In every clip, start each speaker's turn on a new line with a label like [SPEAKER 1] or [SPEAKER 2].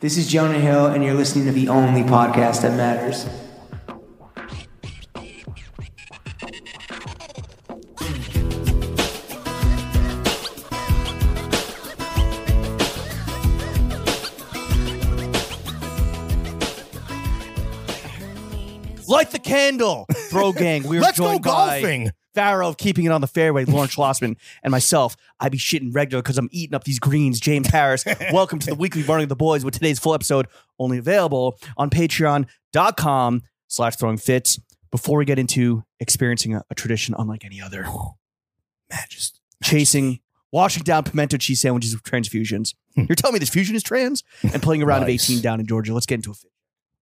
[SPEAKER 1] This is Jonah Hill, and you're listening to the only podcast that matters.
[SPEAKER 2] Light the candle, throw gang. We're
[SPEAKER 3] Let's go
[SPEAKER 2] joined by
[SPEAKER 3] golfing.
[SPEAKER 2] Pharaoh of keeping it on the fairway, Lauren Schlossman, and myself. I be shitting regular because I'm eating up these greens. James Harris, welcome to the weekly burning of the boys with today's full episode only available on patreon.com slash throwing fits. Before we get into experiencing a, a tradition unlike any other,
[SPEAKER 3] Majesty.
[SPEAKER 2] chasing, washing down pimento cheese sandwiches with transfusions. You're telling me this fusion is trans and playing a round of
[SPEAKER 3] Hmm. Nice.
[SPEAKER 2] 18 down in Georgia. Let's get into a fit.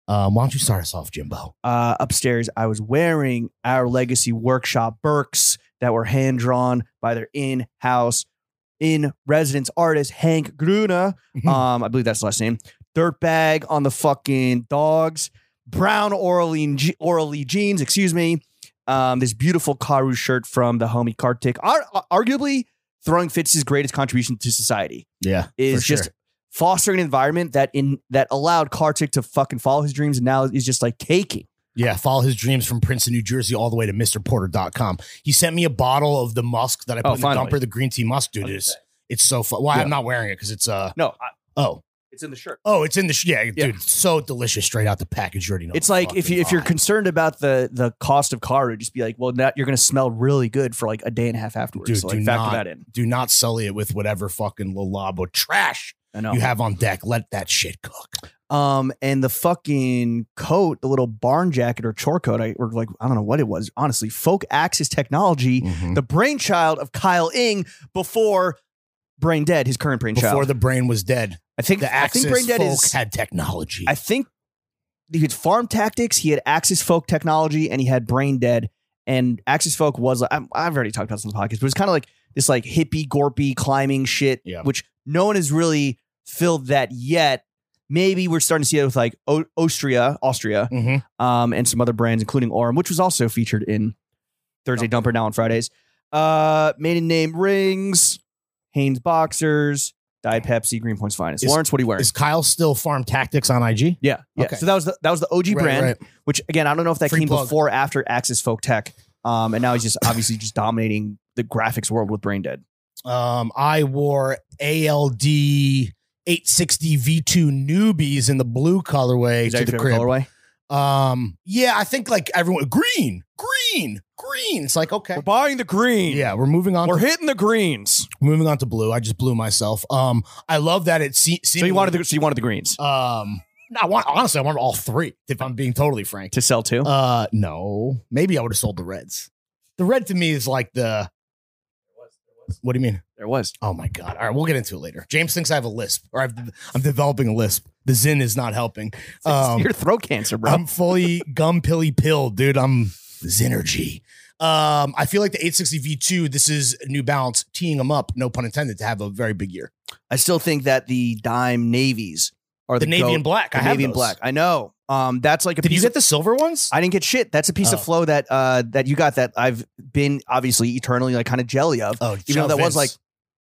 [SPEAKER 3] Um, why don't you start us off, Jimbo?
[SPEAKER 2] uh, upstairs, I was wearing our legacy workshop Burks that were hand drawn by their in house, in residence artist, Hank Gruna.
[SPEAKER 3] Mm-hmm.
[SPEAKER 2] Um, I believe that's the last name. Dirtbag on the fucking dogs, brown Orlean, Orly jeans, excuse me. Um, this beautiful Karu shirt from the homie Kartik. Ar- arguably, throwing Fitz's greatest contribution to society
[SPEAKER 3] yeah,
[SPEAKER 2] is
[SPEAKER 3] for
[SPEAKER 2] just
[SPEAKER 3] sure.
[SPEAKER 2] fostering an environment that in that allowed Kartik to fucking follow his dreams and now is just like taking.
[SPEAKER 3] yeah. Follow his dreams from Princeton, New Jersey, all the way to MrPorter.com. He sent me a bottle of the musk that I put
[SPEAKER 2] Oh,
[SPEAKER 3] in
[SPEAKER 2] finally.
[SPEAKER 3] the dumper. The green tea musk, dude. It is it's so fun. Well,
[SPEAKER 2] Yeah.
[SPEAKER 3] I'm not wearing it because it's uh
[SPEAKER 2] No,
[SPEAKER 3] oh
[SPEAKER 2] It's in the shirt.
[SPEAKER 3] oh it's in the sh- yeah,
[SPEAKER 2] Yeah.
[SPEAKER 3] dude. It's so delicious, straight out the package. You already know.
[SPEAKER 2] It's
[SPEAKER 3] the
[SPEAKER 2] like if
[SPEAKER 3] fucking
[SPEAKER 2] you if you're
[SPEAKER 3] vibe.
[SPEAKER 2] concerned about the the cost of car, it'd just be like, well, that you're gonna smell really good for like a day and a half afterwards.
[SPEAKER 3] Dude,
[SPEAKER 2] so like
[SPEAKER 3] do
[SPEAKER 2] factor
[SPEAKER 3] not-
[SPEAKER 2] that in.
[SPEAKER 3] do not sully it with whatever fucking lalabo trash
[SPEAKER 2] I know.
[SPEAKER 3] you have on deck. Let that shit cook.
[SPEAKER 2] um, and the fucking coat, the little barn jacket or chore coat, I or like I don't know what it was. Honestly, Folk Axis Technology, the brainchild of Kyle Ing before brain dead, his current brainchild.
[SPEAKER 3] Before the brain was dead,
[SPEAKER 2] I think
[SPEAKER 3] the
[SPEAKER 2] I
[SPEAKER 3] Axis
[SPEAKER 2] think brain dead
[SPEAKER 3] folk
[SPEAKER 2] is.
[SPEAKER 3] had technology.
[SPEAKER 2] I think he had farm tactics, he had Axis Folk technology, and he had Brain Dead. And Axis Folk was I'm, I've already talked about this on the podcast, but it's kind of like this like hippie gorpy climbing shit,
[SPEAKER 3] Yeah.
[SPEAKER 2] which no one has really filled that yet. Maybe we're starting to see it with like o- Austria, Austria,
[SPEAKER 3] Mhm.
[SPEAKER 2] um, and some other brands, including Orem, which was also featured in Thursday Dumper now on Fridays. Uh, maiden name rings, Haynes boxers, Diet Pepsi, Green Point's finest.
[SPEAKER 3] Is-
[SPEAKER 2] Lawrence, what are you wearing?
[SPEAKER 3] Is Kyle still farm tactics on IG?
[SPEAKER 2] Yeah. yeah.
[SPEAKER 3] Okay.
[SPEAKER 2] So that was the, that was the OG
[SPEAKER 3] Right,
[SPEAKER 2] brand,
[SPEAKER 3] right.
[SPEAKER 2] which again I don't know if that
[SPEAKER 3] Free
[SPEAKER 2] came
[SPEAKER 3] plug.
[SPEAKER 2] before or after Axis Folk Tech, um, and now he's just obviously just dominating the graphics world with Brain Dead.
[SPEAKER 3] Um, I wore ALD 860 V2 newbies in the blue colorway
[SPEAKER 2] Is that your
[SPEAKER 3] to the
[SPEAKER 2] favorite
[SPEAKER 3] crib.
[SPEAKER 2] colorway?
[SPEAKER 3] Um, yeah, I think like everyone green, green, green. It's like okay,
[SPEAKER 2] buying the green.
[SPEAKER 3] yeah, we're moving on. to,
[SPEAKER 2] hitting the greens.
[SPEAKER 3] moving on to blue. I just blew myself. Um, I love that it se-
[SPEAKER 2] So you wanted the so you wanted the greens
[SPEAKER 3] the um. I want honestly, I wanted all three. If I'm being totally frank,
[SPEAKER 2] to sell too.
[SPEAKER 3] uh, no, maybe I would have sold the reds. The red to me is like the. What do you mean?
[SPEAKER 2] there was.
[SPEAKER 3] Oh my god! All right, we'll get into it later. James thinks I have a lisp, or I've, I'm developing a lisp. The Zin is not helping. Um,
[SPEAKER 2] your throat cancer, bro.
[SPEAKER 3] I'm fully gum pilly pill, dude. I'm Zinergy. Um, I feel like the 860 V2. This is New Balance teeing them up. No pun intended. To have a very big year.
[SPEAKER 2] I still think that the dime navies are
[SPEAKER 3] The,
[SPEAKER 2] the,
[SPEAKER 3] navy
[SPEAKER 2] goat-
[SPEAKER 3] and black.
[SPEAKER 2] the
[SPEAKER 3] I have
[SPEAKER 2] navy and
[SPEAKER 3] those.
[SPEAKER 2] black. I know. Um, that's like a
[SPEAKER 3] Did
[SPEAKER 2] piece
[SPEAKER 3] you
[SPEAKER 2] of-
[SPEAKER 3] get the silver ones?
[SPEAKER 2] I didn't get shit. That's a piece
[SPEAKER 3] Oh.
[SPEAKER 2] of flow that uh that you got that I've been obviously eternally like kind of jelly of.
[SPEAKER 3] oh,
[SPEAKER 2] Even though
[SPEAKER 3] Joe
[SPEAKER 2] that was
[SPEAKER 3] Vince.
[SPEAKER 2] like,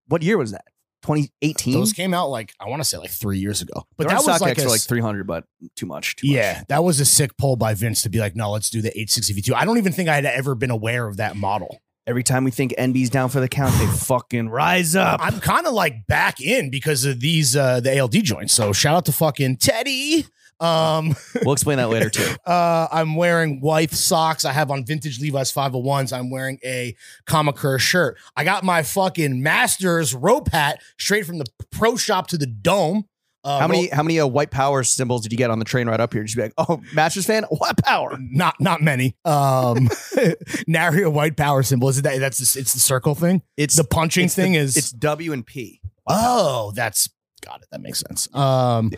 [SPEAKER 2] what year was that? 2018.
[SPEAKER 3] those came out like I want to say like three years ago. But
[SPEAKER 2] They're
[SPEAKER 3] that
[SPEAKER 2] on
[SPEAKER 3] was
[SPEAKER 2] StockX
[SPEAKER 3] like
[SPEAKER 2] for
[SPEAKER 3] a
[SPEAKER 2] like 300, but too much. Too
[SPEAKER 3] yeah,
[SPEAKER 2] much.
[SPEAKER 3] that was a sick poll by Vince to be like, no, let's do the 860 V2. I don't even think I had ever been aware of that model.
[SPEAKER 2] Every time we think NB's down for the count, they fucking rise up.
[SPEAKER 3] I'm kind of like back in because of these uh the ALD joints. So shout out to fucking Teddy. Um
[SPEAKER 2] We'll explain that later too.
[SPEAKER 3] uh I'm wearing wife socks. I have on vintage Levi's 501s. I'm wearing a Kamakura shirt. I got my fucking master's rope hat straight from the pro shop to the dome. Uh,
[SPEAKER 2] How many how many uh, white power symbols did you get on the train right up here? Just be like, oh, Masters fan, white power.
[SPEAKER 3] not not many. Um Naria white power symbol. Is it that that's the, it's the circle thing?
[SPEAKER 2] It's
[SPEAKER 3] The punching
[SPEAKER 2] it's the-
[SPEAKER 3] thing is
[SPEAKER 2] it's W and P.
[SPEAKER 3] Oh, that's got it. That makes sense. Um,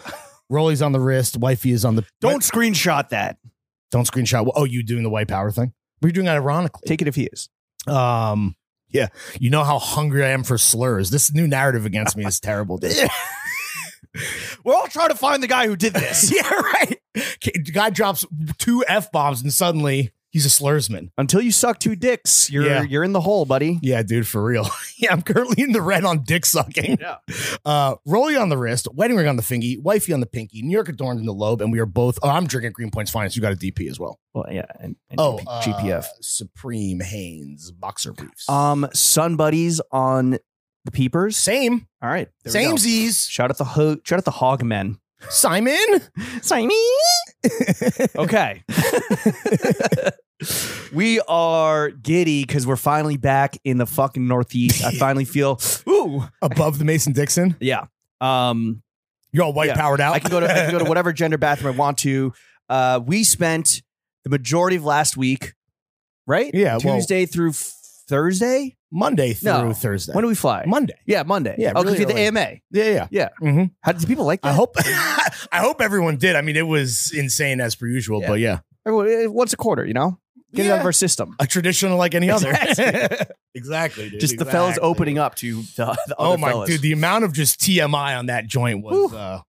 [SPEAKER 3] Rolly's on the wrist. Wifey is on the.
[SPEAKER 2] Don't screenshot that.
[SPEAKER 3] don't screenshot. Oh, you doing the white power thing? We're doing it ironically.
[SPEAKER 2] Take it if he is.
[SPEAKER 3] Um, yeah, you know how hungry I am for slurs. This new narrative against me is terrible. Dude.
[SPEAKER 2] We're all trying to find the guy who did this.
[SPEAKER 3] yeah, right. K- Guy drops two f bombs and suddenly He's a slursman.
[SPEAKER 2] Until you suck two dicks, you're
[SPEAKER 3] Yeah.
[SPEAKER 2] you're in the hole, buddy.
[SPEAKER 3] Yeah, dude, for real. yeah, I'm currently in the red on dick sucking.
[SPEAKER 2] Yeah.
[SPEAKER 3] Uh, rolly on the wrist, wedding ring on the fingy, wifey on the pinky, New York adorned in the lobe, and we are both. Oh, I'm drinking Green Points Finest. You got a DP as well.
[SPEAKER 2] Well, yeah. And, and
[SPEAKER 3] Oh,
[SPEAKER 2] GP-
[SPEAKER 3] uh,
[SPEAKER 2] GPF.
[SPEAKER 3] Supreme Hanes boxer briefs.
[SPEAKER 2] Um, sun buddies on the peepers.
[SPEAKER 3] same,
[SPEAKER 2] All right, there we go.
[SPEAKER 3] same Z's.
[SPEAKER 2] Shout out the ho- shout out the hog men.
[SPEAKER 3] Simon.
[SPEAKER 2] Simon. okay. we are giddy because we're finally back in the fucking Northeast. I finally feel, ooh,
[SPEAKER 3] Above the Mason Dixon.
[SPEAKER 2] yeah. Um,
[SPEAKER 3] You're all white
[SPEAKER 2] Yeah.
[SPEAKER 3] powered out.
[SPEAKER 2] I can go to I can go to whatever gender bathroom I want to. Uh, we spent the majority of last week, right?
[SPEAKER 3] Yeah, well-
[SPEAKER 2] Tuesday through f- Thursday.
[SPEAKER 3] Monday through
[SPEAKER 2] No.
[SPEAKER 3] Thursday.
[SPEAKER 2] When do we fly?
[SPEAKER 3] Monday.
[SPEAKER 2] yeah, Monday.
[SPEAKER 3] Yeah,
[SPEAKER 2] oh, 'cause
[SPEAKER 3] really
[SPEAKER 2] we had the
[SPEAKER 3] early.
[SPEAKER 2] AMA.
[SPEAKER 3] Yeah, yeah.
[SPEAKER 2] Yeah.
[SPEAKER 3] Mm-hmm.
[SPEAKER 2] How did people like that?
[SPEAKER 3] I hope I hope everyone did. I mean, it was insane as per usual,
[SPEAKER 2] Yeah.
[SPEAKER 3] but yeah.
[SPEAKER 2] Everyone- eh, once a quarter, you know, get it out
[SPEAKER 3] Yeah.
[SPEAKER 2] of our system.
[SPEAKER 3] A traditional like any other.
[SPEAKER 2] Exactly.
[SPEAKER 3] exactly, dude.
[SPEAKER 2] Just the fellas
[SPEAKER 3] Exactly.
[SPEAKER 2] opening up to the, the
[SPEAKER 3] Oh
[SPEAKER 2] other
[SPEAKER 3] my
[SPEAKER 2] fellas.
[SPEAKER 3] dude, the amount of just TMI on that joint was
[SPEAKER 2] Whew.
[SPEAKER 3] uh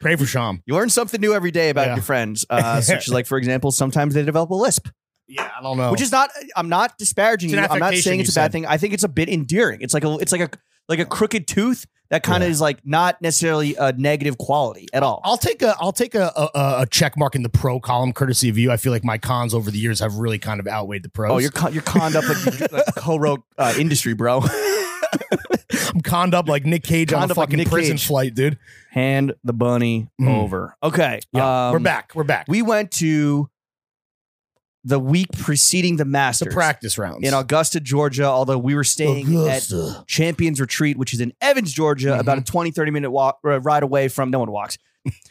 [SPEAKER 3] pray for Sham.
[SPEAKER 2] You learn something new every day about
[SPEAKER 3] Yeah.
[SPEAKER 2] your friends, uh, such as like, for example, sometimes they develop a lisp,
[SPEAKER 3] Yeah, I don't know.
[SPEAKER 2] which is not. I'm not disparaging
[SPEAKER 3] Oh. It's an
[SPEAKER 2] you. I'm not
[SPEAKER 3] affectation,
[SPEAKER 2] saying it's
[SPEAKER 3] you
[SPEAKER 2] a bad
[SPEAKER 3] said.
[SPEAKER 2] thing. I think it's a bit endearing. It's like a, it's like a, like a crooked tooth that kind of
[SPEAKER 3] Yeah.
[SPEAKER 2] is like not necessarily a negative quality at all.
[SPEAKER 3] I'll take a I'll take a, a a check mark in the pro column courtesy of you. I feel like my cons over the years have really kind of outweighed the pros.
[SPEAKER 2] Oh, you're con- you're conned up like, you- like co-wrote uh, industry, bro.
[SPEAKER 3] I'm conned up like Nick Cage on
[SPEAKER 2] Conned
[SPEAKER 3] a
[SPEAKER 2] up like
[SPEAKER 3] fucking
[SPEAKER 2] Nick
[SPEAKER 3] prison
[SPEAKER 2] Cage.
[SPEAKER 3] flight, dude.
[SPEAKER 2] Hand the bunny
[SPEAKER 3] Mm.
[SPEAKER 2] over. Okay,
[SPEAKER 3] Yeah, we're
[SPEAKER 2] um,
[SPEAKER 3] back. We're back.
[SPEAKER 2] We went to the week preceding the
[SPEAKER 3] the
[SPEAKER 2] Masters
[SPEAKER 3] practice rounds
[SPEAKER 2] in Augusta, Georgia. Although we were staying at
[SPEAKER 3] Augusta.
[SPEAKER 2] Champions Retreat, which is in Evans, Georgia,
[SPEAKER 3] Mhm.
[SPEAKER 2] about a 20, 30 minute walk uh, ride away from no one walks.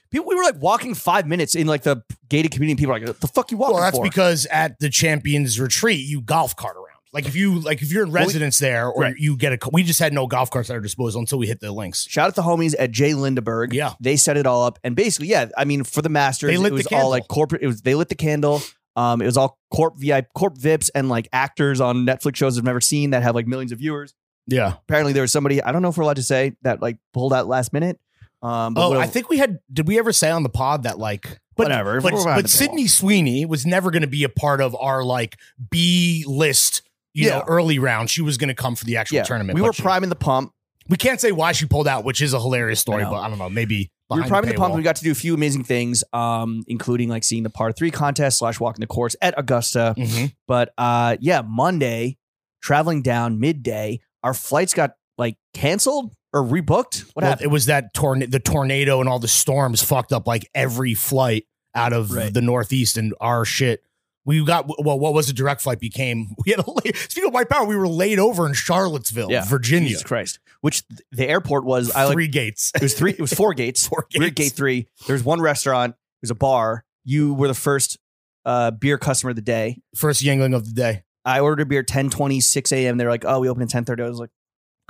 [SPEAKER 2] People, we were like walking five minutes in like the gated community. and People are like, the fuck you walking
[SPEAKER 3] Well, that's
[SPEAKER 2] for?
[SPEAKER 3] because at the Champions Retreat, you golf cart around. Like if you like if you're in
[SPEAKER 2] Well, we-
[SPEAKER 3] residence there, or
[SPEAKER 2] Right.
[SPEAKER 3] you get a. We just had no golf carts at our disposal until we hit the links.
[SPEAKER 2] Shout out the homies at Jay Lindeberg.
[SPEAKER 3] Yeah.
[SPEAKER 2] They set it all up. And basically, yeah, I mean, for the Masters,
[SPEAKER 3] They lit
[SPEAKER 2] it
[SPEAKER 3] the
[SPEAKER 2] was all
[SPEAKER 3] candle.
[SPEAKER 2] like corporate. It was they lit the candle. Um, it was all corp VIP, corp VIPs, and like actors on Netflix shows I've never seen that have like millions of viewers.
[SPEAKER 3] Yeah.
[SPEAKER 2] Apparently, there was somebody I don't know if we're allowed to say that like pulled out last minute. Um, but
[SPEAKER 3] Oh,
[SPEAKER 2] whatever.
[SPEAKER 3] I think we had. Did we ever say on the pod that like? But
[SPEAKER 2] whatever.
[SPEAKER 3] but,
[SPEAKER 2] We're allowed to
[SPEAKER 3] but
[SPEAKER 2] pull.
[SPEAKER 3] Sydney Sweeney was never going to be a part of our like B list. You
[SPEAKER 2] Yeah.
[SPEAKER 3] know, early round, she was going to come for the actual
[SPEAKER 2] yeah,
[SPEAKER 3] tournament.
[SPEAKER 2] we
[SPEAKER 3] but
[SPEAKER 2] were
[SPEAKER 3] she-
[SPEAKER 2] priming the pump.
[SPEAKER 3] we can't say why she pulled out, which is a hilarious story.
[SPEAKER 2] I know.
[SPEAKER 3] but I don't know. Maybe
[SPEAKER 2] we were
[SPEAKER 3] behind
[SPEAKER 2] priming the, pump.
[SPEAKER 3] paywall.
[SPEAKER 2] and We got to do a few amazing things, um, including like seeing the par three contest slash walking the course at Augusta.
[SPEAKER 3] Mhm.
[SPEAKER 2] But uh, yeah, Monday, traveling down midday, our flights got like canceled or rebooked. What
[SPEAKER 3] Well,
[SPEAKER 2] happened?
[SPEAKER 3] It was that tornado, the tornado, and all the storms fucked up like every flight out of
[SPEAKER 2] Right.
[SPEAKER 3] the Northeast and our shit. We got well. What was a direct flight became? We had a late, speaking of white power. We were laid over in Charlottesville,
[SPEAKER 2] Yeah.
[SPEAKER 3] Virginia.
[SPEAKER 2] Jesus Christ! Which th- the airport was? I like
[SPEAKER 3] three gates.
[SPEAKER 2] it was three. It was four gates.
[SPEAKER 3] Four
[SPEAKER 2] We were at gate
[SPEAKER 3] gates.
[SPEAKER 2] three. There was one restaurant. There was a bar. You were the first uh, beer customer of the day.
[SPEAKER 3] First yangling of the day.
[SPEAKER 2] I ordered a beer ten twenty six a.m. They're like, oh, we open at ten thirty. I was like,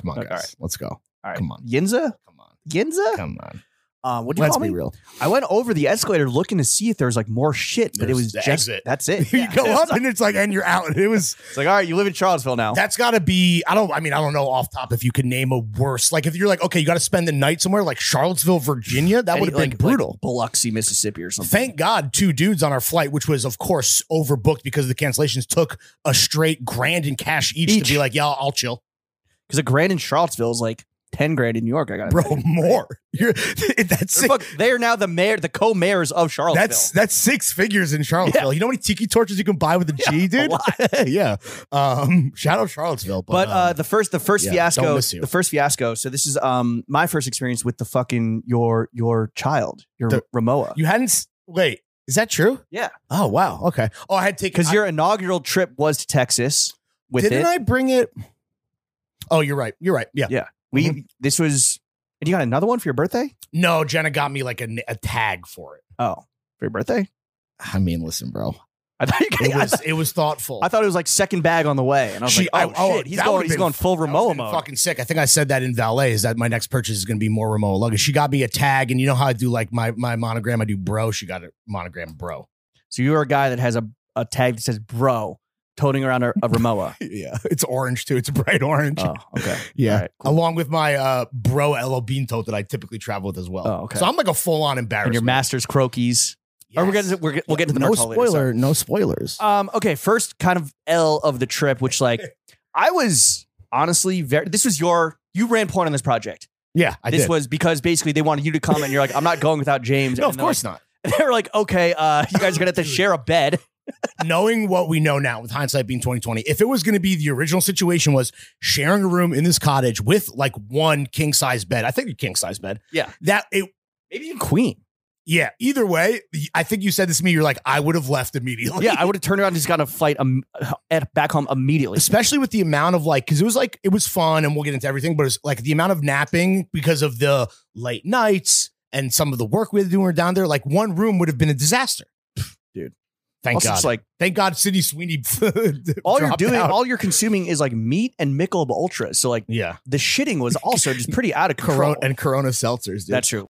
[SPEAKER 3] Come on,
[SPEAKER 2] Okay,
[SPEAKER 3] guys.
[SPEAKER 2] all right.
[SPEAKER 3] Let's go.
[SPEAKER 2] all right,
[SPEAKER 3] Come on.
[SPEAKER 2] Yinza,
[SPEAKER 3] Come on.
[SPEAKER 2] Yinza.
[SPEAKER 3] Come on.
[SPEAKER 2] Um, what do you
[SPEAKER 3] Let's
[SPEAKER 2] call me?
[SPEAKER 3] be real.
[SPEAKER 2] I went over the escalator looking to see if there was like more shit, but
[SPEAKER 3] There's
[SPEAKER 2] it was
[SPEAKER 3] the
[SPEAKER 2] just
[SPEAKER 3] exit.
[SPEAKER 2] that's it.
[SPEAKER 3] you go up and it's like, and you're out. It was
[SPEAKER 2] It's like, all right, you live in Charlottesville now.
[SPEAKER 3] That's got to be. I don't. I mean, I don't know off top if you could name a worse. Like if you're like, okay, you got to spend the night somewhere like Charlottesville, Virginia. That
[SPEAKER 2] Any-
[SPEAKER 3] would have been
[SPEAKER 2] like-
[SPEAKER 3] brutal.
[SPEAKER 2] like Biloxi, Mississippi, or something.
[SPEAKER 3] Thank God, two dudes on our flight, which was of course overbooked because of the cancellations, took a straight grand in cash each,
[SPEAKER 2] Each.
[SPEAKER 3] to be like, yeah, I'll, I'll chill,
[SPEAKER 2] Because a grand in Charlottesville is like ten grand in New York. I got
[SPEAKER 3] bro. More. You're, that's six,
[SPEAKER 2] Fuck, they are now the mayor, the co-mayors of Charlottesville.
[SPEAKER 3] that's that's six figures in Charlottesville. You know how many tiki torches you can buy with a G,
[SPEAKER 2] a
[SPEAKER 3] dude? yeah. Um, shout out Charlottesville, but,
[SPEAKER 2] but uh, the first, the first
[SPEAKER 3] yeah, don't
[SPEAKER 2] fiasco,
[SPEAKER 3] miss you.
[SPEAKER 2] the first fiasco. So this is um my first experience with the fucking your your child, your
[SPEAKER 3] The-
[SPEAKER 2] Ramoa,
[SPEAKER 3] um, you hadn't. s- Wait, is that true?
[SPEAKER 2] Yeah.
[SPEAKER 3] Oh wow. Okay. Oh, I had taken
[SPEAKER 2] because your inaugural trip was to Texas with
[SPEAKER 3] Didn't
[SPEAKER 2] it.
[SPEAKER 3] I bring it? Oh, you're right. You're right. Yeah.
[SPEAKER 2] Yeah. we
[SPEAKER 3] Mm-hmm.
[SPEAKER 2] this was, and you got another one for your birthday.
[SPEAKER 3] No, Jenna got me like a, a tag for it.
[SPEAKER 2] Oh, for your birthday.
[SPEAKER 3] I mean, listen, bro.
[SPEAKER 2] I thought you
[SPEAKER 3] It
[SPEAKER 2] guys, I,
[SPEAKER 3] was
[SPEAKER 2] thought,
[SPEAKER 3] it was thoughtful.
[SPEAKER 2] I thought it was like second bag on the way, and I was
[SPEAKER 3] She-
[SPEAKER 2] like, oh,
[SPEAKER 3] I- oh,
[SPEAKER 2] shit, he's
[SPEAKER 3] that
[SPEAKER 2] going,
[SPEAKER 3] would've
[SPEAKER 2] he's
[SPEAKER 3] been-
[SPEAKER 2] going full
[SPEAKER 3] That would've
[SPEAKER 2] Ramoa
[SPEAKER 3] been
[SPEAKER 2] mode.
[SPEAKER 3] Fucking sick. I think I said that in valet is that my next purchase is going to be more Ramoa luggage. She got me a tag, and you know how I do like my my monogram. I do bro. She got a monogram bro.
[SPEAKER 2] so you're a guy that has a, a tag that says "bro," toting around a, a Ramoa.
[SPEAKER 3] Yeah, it's orange too. It's bright orange.
[SPEAKER 2] oh, okay.
[SPEAKER 3] yeah,
[SPEAKER 2] all right,
[SPEAKER 3] along with my uh bro El Pinto that I typically travel with as well.
[SPEAKER 2] Oh, okay.
[SPEAKER 3] So I'm like a full on embarrassment.
[SPEAKER 2] And your master's croquis. Or we're
[SPEAKER 3] Yes.
[SPEAKER 2] gonna we're, we'll get to the
[SPEAKER 4] no
[SPEAKER 2] nerd call later,
[SPEAKER 4] spoiler,
[SPEAKER 2] sorry.
[SPEAKER 4] no spoilers.
[SPEAKER 3] Uh,
[SPEAKER 2] Um, okay, first kind of L of the trip, which like I was honestly very. This was your you ran point on this project.
[SPEAKER 3] Yeah, I
[SPEAKER 2] this
[SPEAKER 3] did.
[SPEAKER 2] was because basically they wanted you to come, and you're like, I'm not going without James. And
[SPEAKER 3] no, of
[SPEAKER 2] they're
[SPEAKER 3] course not.
[SPEAKER 2] Like, they were like, okay, uh, you guys are gonna have to
[SPEAKER 3] Dude.
[SPEAKER 2] share a bed.
[SPEAKER 3] Knowing what we know now, with hindsight being twenty twenty, if it was going to be the original situation was sharing a room in this cottage with like one king size bed, I think a king size bed.
[SPEAKER 2] Yeah.
[SPEAKER 3] that it
[SPEAKER 2] Maybe even Queen.
[SPEAKER 3] Yeah. Either way, I think you said this to me. You're like, I would have left immediately.
[SPEAKER 2] Yeah, I would have turned around and just got a flight um, at back home immediately.
[SPEAKER 3] Especially with the amount of like, because it was like, it was fun and we'll get into everything, but it's like the amount of napping because of the late nights and some of the work we had to do when we were down there. Like, one room would have been a disaster.
[SPEAKER 2] Dude.
[SPEAKER 3] Thank
[SPEAKER 2] also,
[SPEAKER 3] God.
[SPEAKER 2] it's like
[SPEAKER 3] Thank God City Sweeney.
[SPEAKER 2] all you're
[SPEAKER 3] dropped
[SPEAKER 2] doing,
[SPEAKER 3] out.
[SPEAKER 2] all you're consuming is like meat and Michelob Ultra. So like
[SPEAKER 3] yeah.
[SPEAKER 2] the shitting was also just pretty out of control.
[SPEAKER 3] Corona and Corona seltzers, dude.
[SPEAKER 2] That's true.